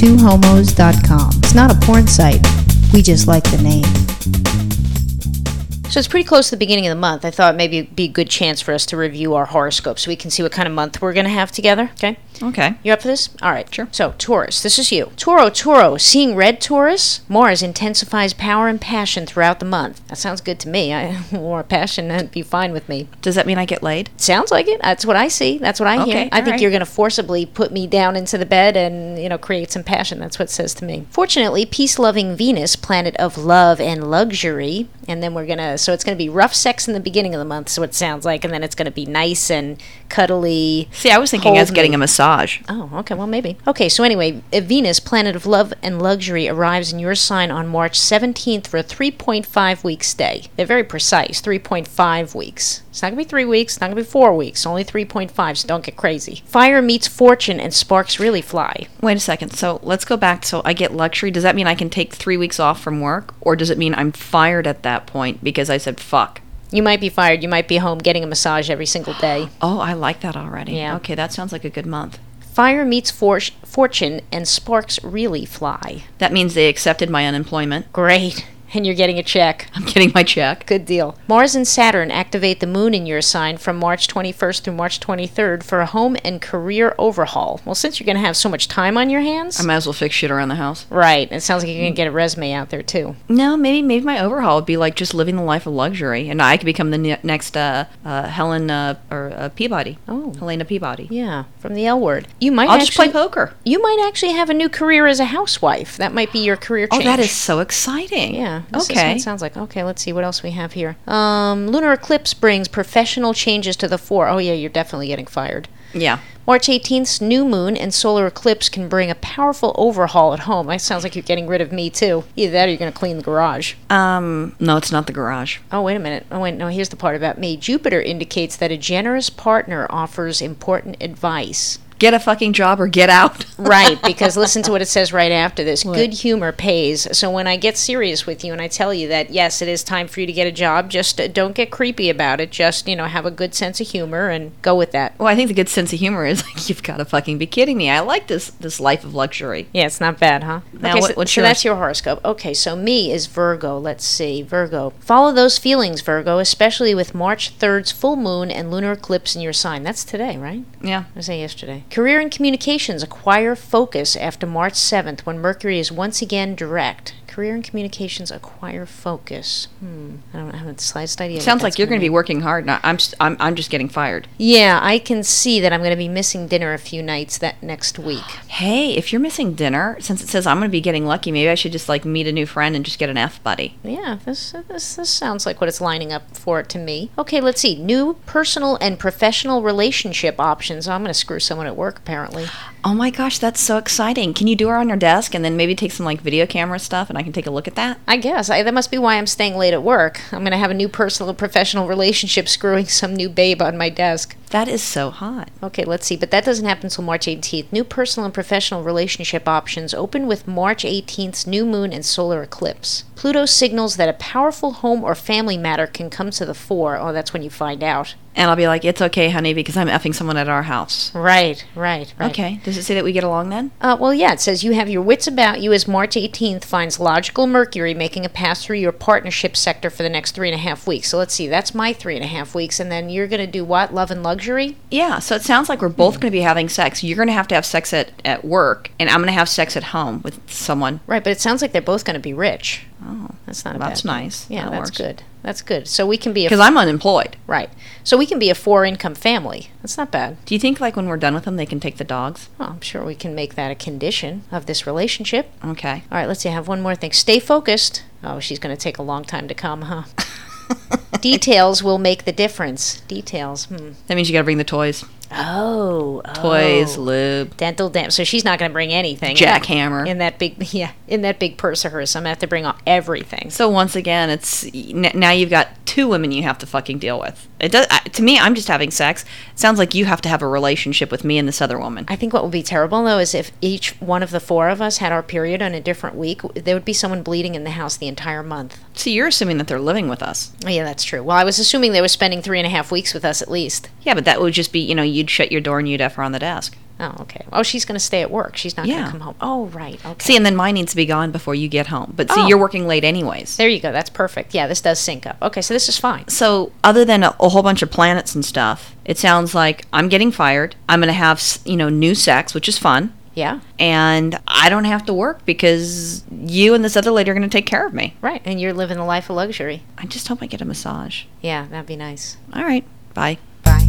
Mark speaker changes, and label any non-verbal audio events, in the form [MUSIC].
Speaker 1: twohomos.com. It's not a porn site. We just like the name.
Speaker 2: So it's pretty close to the beginning of the month. I thought maybe it'd be a good chance for us to review our horoscope so we can see what kind of month we're going to have together. Okay.
Speaker 3: Okay.
Speaker 2: You up for this? All right. Sure. So, Taurus, this is you. Toro, Toro, seeing red Taurus, Mars intensifies power and passion throughout the month. That sounds good to me. I, [LAUGHS] more passion, that'd be fine with me.
Speaker 3: Does that mean I get laid?
Speaker 2: Sounds like it. That's what I see. That's what I hear.
Speaker 3: Okay,
Speaker 2: I
Speaker 3: all
Speaker 2: think
Speaker 3: right.
Speaker 2: you're going to forcibly put me down into the bed and, you know, create some passion. That's what it says to me. Fortunately, peace loving Venus, planet of love and luxury. And then we're going to, so it's going to be rough sex in the beginning of the month, so it sounds like. And then it's going to be nice and cuddly.
Speaker 3: See, I was thinking I was
Speaker 2: Hold
Speaker 3: getting
Speaker 2: me.
Speaker 3: a massage.
Speaker 2: Oh, okay. Well, maybe. Okay, so anyway, uh, Venus, planet of love and luxury, arrives in your sign on March 17th for a 3.5 week stay. They're very precise 3.5 weeks. It's not going to be three weeks, it's not going to be four weeks, only 3.5, so don't get crazy. Fire meets fortune and sparks really fly.
Speaker 3: Wait a second. So let's go back. So I get luxury. Does that mean I can take three weeks off from work, or does it mean I'm fired at that point because I said fuck?
Speaker 2: You might be fired, you might be home getting a massage every single day.
Speaker 3: Oh, I like that already.
Speaker 2: Yeah.
Speaker 3: Okay, that sounds like a good month.
Speaker 2: Fire meets for- fortune and sparks really fly.
Speaker 3: That means they accepted my unemployment. [LAUGHS]
Speaker 2: Great. And you're getting a check.
Speaker 3: I'm getting my check.
Speaker 2: Good deal. Mars and Saturn activate the moon in your sign from March 21st through March 23rd for a home and career overhaul. Well, since you're going to have so much time on your hands.
Speaker 3: I might as well fix shit around the house.
Speaker 2: right. It sounds like you're going to get a resume out there, too.
Speaker 3: No, maybe maybe my overhaul would be like just living the life of luxury, and I could become the ne- next uh, uh, Helen uh, or uh, Peabody.
Speaker 2: Oh.
Speaker 3: Helena Peabody.
Speaker 2: Yeah. From the L word. You might
Speaker 3: I'll
Speaker 2: actually,
Speaker 3: just play poker.
Speaker 2: You might actually have a new career as a housewife. That might be your career
Speaker 3: Oh,
Speaker 2: change.
Speaker 3: that is so exciting.
Speaker 2: Yeah. This is what
Speaker 3: Okay.
Speaker 2: it sounds like. Okay, let's see what else we have here. Um, lunar eclipse brings professional changes to the fore. Oh, yeah, you're definitely getting fired.
Speaker 3: yeah.
Speaker 2: March 18th's new moon and solar eclipse can bring a powerful overhaul at home. That sounds like you're getting rid of me too. Either that or you're going to clean the garage.
Speaker 3: Um. No, it's not the garage.
Speaker 2: Oh, wait a minute. Oh, wait, no, here's the part about me. Jupiter indicates that a generous partner offers important advice.
Speaker 3: Get a fucking job or get out. [LAUGHS]
Speaker 2: Right, [LAUGHS] because listen to what it says right after this. Good humor pays. So when I get serious with you and I tell you that yes, it is time for you to get a job, just uh, don't get creepy about it. Just, you know, have a good sense of humor and go with that.
Speaker 3: Well, I think the good sense of humor is like you've got to fucking be kidding me. I like this this life of luxury.
Speaker 2: Yeah, it's not bad, huh?
Speaker 3: Now,
Speaker 2: okay,
Speaker 3: what-
Speaker 2: so,
Speaker 3: what's
Speaker 2: so
Speaker 3: yours?
Speaker 2: that's your horoscope. Okay, so me is Virgo. Let's see, Virgo. Follow those feelings, Virgo, especially with March 3rd's full moon and lunar eclipse in your sign. That's today, right?
Speaker 3: Yeah.
Speaker 2: I say yesterday. Career and communications acquire focus after March 7th when Mercury is once again direct. Career and communications acquire focus. Hmm. I don't I haven't the slightest idea. what
Speaker 3: Sounds
Speaker 2: that's
Speaker 3: like you're
Speaker 2: gonna
Speaker 3: going to be
Speaker 2: mean.
Speaker 3: working hard. Now I'm s- I'm I'm just getting fired.
Speaker 2: Yeah, I can see that I'm going to be missing dinner a few nights that next week.
Speaker 3: Hey, if you're missing dinner, since it says I'm going to be getting lucky, maybe I should just like meet a new friend and just get an F buddy.
Speaker 2: Yeah, this, this this sounds like what it's lining up for to me. Okay, let's see. New personal and professional relationship options. Oh, I'm going to screw someone at work apparently.
Speaker 3: Oh my gosh, that's so exciting. Can you do her on your desk and then maybe take some like video camera stuff and I can take a look at that?
Speaker 2: I guess I, that must be why I'm staying late at work. I'm going to have a new personal and professional relationship [LAUGHS] screwing some new babe on my desk.
Speaker 3: That is so hot.
Speaker 2: Okay, let's see. But that doesn't happen until March 18th. New personal and professional relationship options open with March 18th's new moon and solar eclipse. Pluto signals that a powerful home or family matter can come to the fore. Oh, that's when you find out.
Speaker 3: And I'll be like, it's okay, honey, because I'm effing someone at our house.
Speaker 2: Right, right, right.
Speaker 3: Okay. Does it say that we get along then?
Speaker 2: Uh, well, yeah, it says you have your wits about you as March 18th finds logical Mercury making a pass through your partnership sector for the next three and a half weeks. So let's see, that's my three and a half weeks. And then you're going to do what? Love and luxury?
Speaker 3: Yeah. So it sounds like we're both going to be having sex. You're going to have to have sex at, at work, and I'm going to have sex at home with someone.
Speaker 2: Right, but it sounds like they're both going to be rich. Oh, that's not a
Speaker 3: That's
Speaker 2: bad thing.
Speaker 3: nice.
Speaker 2: Yeah,
Speaker 3: That
Speaker 2: that's
Speaker 3: works.
Speaker 2: good. That's good. So we can be a
Speaker 3: Because I'm unemployed.
Speaker 2: right. So we can be a four income family. That's not bad.
Speaker 3: Do you think like when we're done with them, they can take the dogs?
Speaker 2: Well, I'm sure we can make that a condition of this relationship.
Speaker 3: Okay.
Speaker 2: All right, let's see. I have one more thing. Stay focused. Oh, she's going to take a long time to come, [LAUGHS] huh? Details will make the difference. Details. Hmm.
Speaker 3: That means you got to bring the toys.
Speaker 2: Oh,
Speaker 3: Toys,
Speaker 2: oh.
Speaker 3: lube,
Speaker 2: dental dam. So she's not going to bring anything.
Speaker 3: jackhammer.
Speaker 2: in that big, [LAUGHS] yeah, in that big purse of hers. I'm going to have to bring all, everything.
Speaker 3: So once again, it's n- now you've got two women you have to fucking deal with. It does I- to me. I'm just having sex. It sounds like you have to have a relationship with me and this other woman.
Speaker 2: I think what would be terrible though is if each one of the four of us had our period on a different week, there would be someone bleeding in the house the entire month.
Speaker 3: So you're assuming that they're living with us.
Speaker 2: Oh, yeah, that's true. Well, I was assuming they were spending three and a half weeks with us at least.
Speaker 3: Yeah, but that would just be you know you'd shut your door and you'd f her on the desk.
Speaker 2: Oh, okay. Oh, she's going to stay at work. She's not going
Speaker 3: Yeah.
Speaker 2: to come home. Oh, right. Okay.
Speaker 3: See, and then mine needs to be gone before you get home. But see,
Speaker 2: Oh.
Speaker 3: you're working late anyways.
Speaker 2: there you go. That's perfect. Yeah, this does sync up. Okay, so this is fine.
Speaker 3: so other than a, a whole bunch of planets and stuff, it sounds like I'm getting fired. I'm going to have, s- you know, new sex, which is fun.
Speaker 2: Yeah.
Speaker 3: And I don't have to work because you and this other lady are going to take care of me.
Speaker 2: Right. And you're living the life of luxury.
Speaker 3: I just hope I get a massage.
Speaker 2: Yeah, that'd be nice.
Speaker 3: All right. Bye.
Speaker 2: Bye.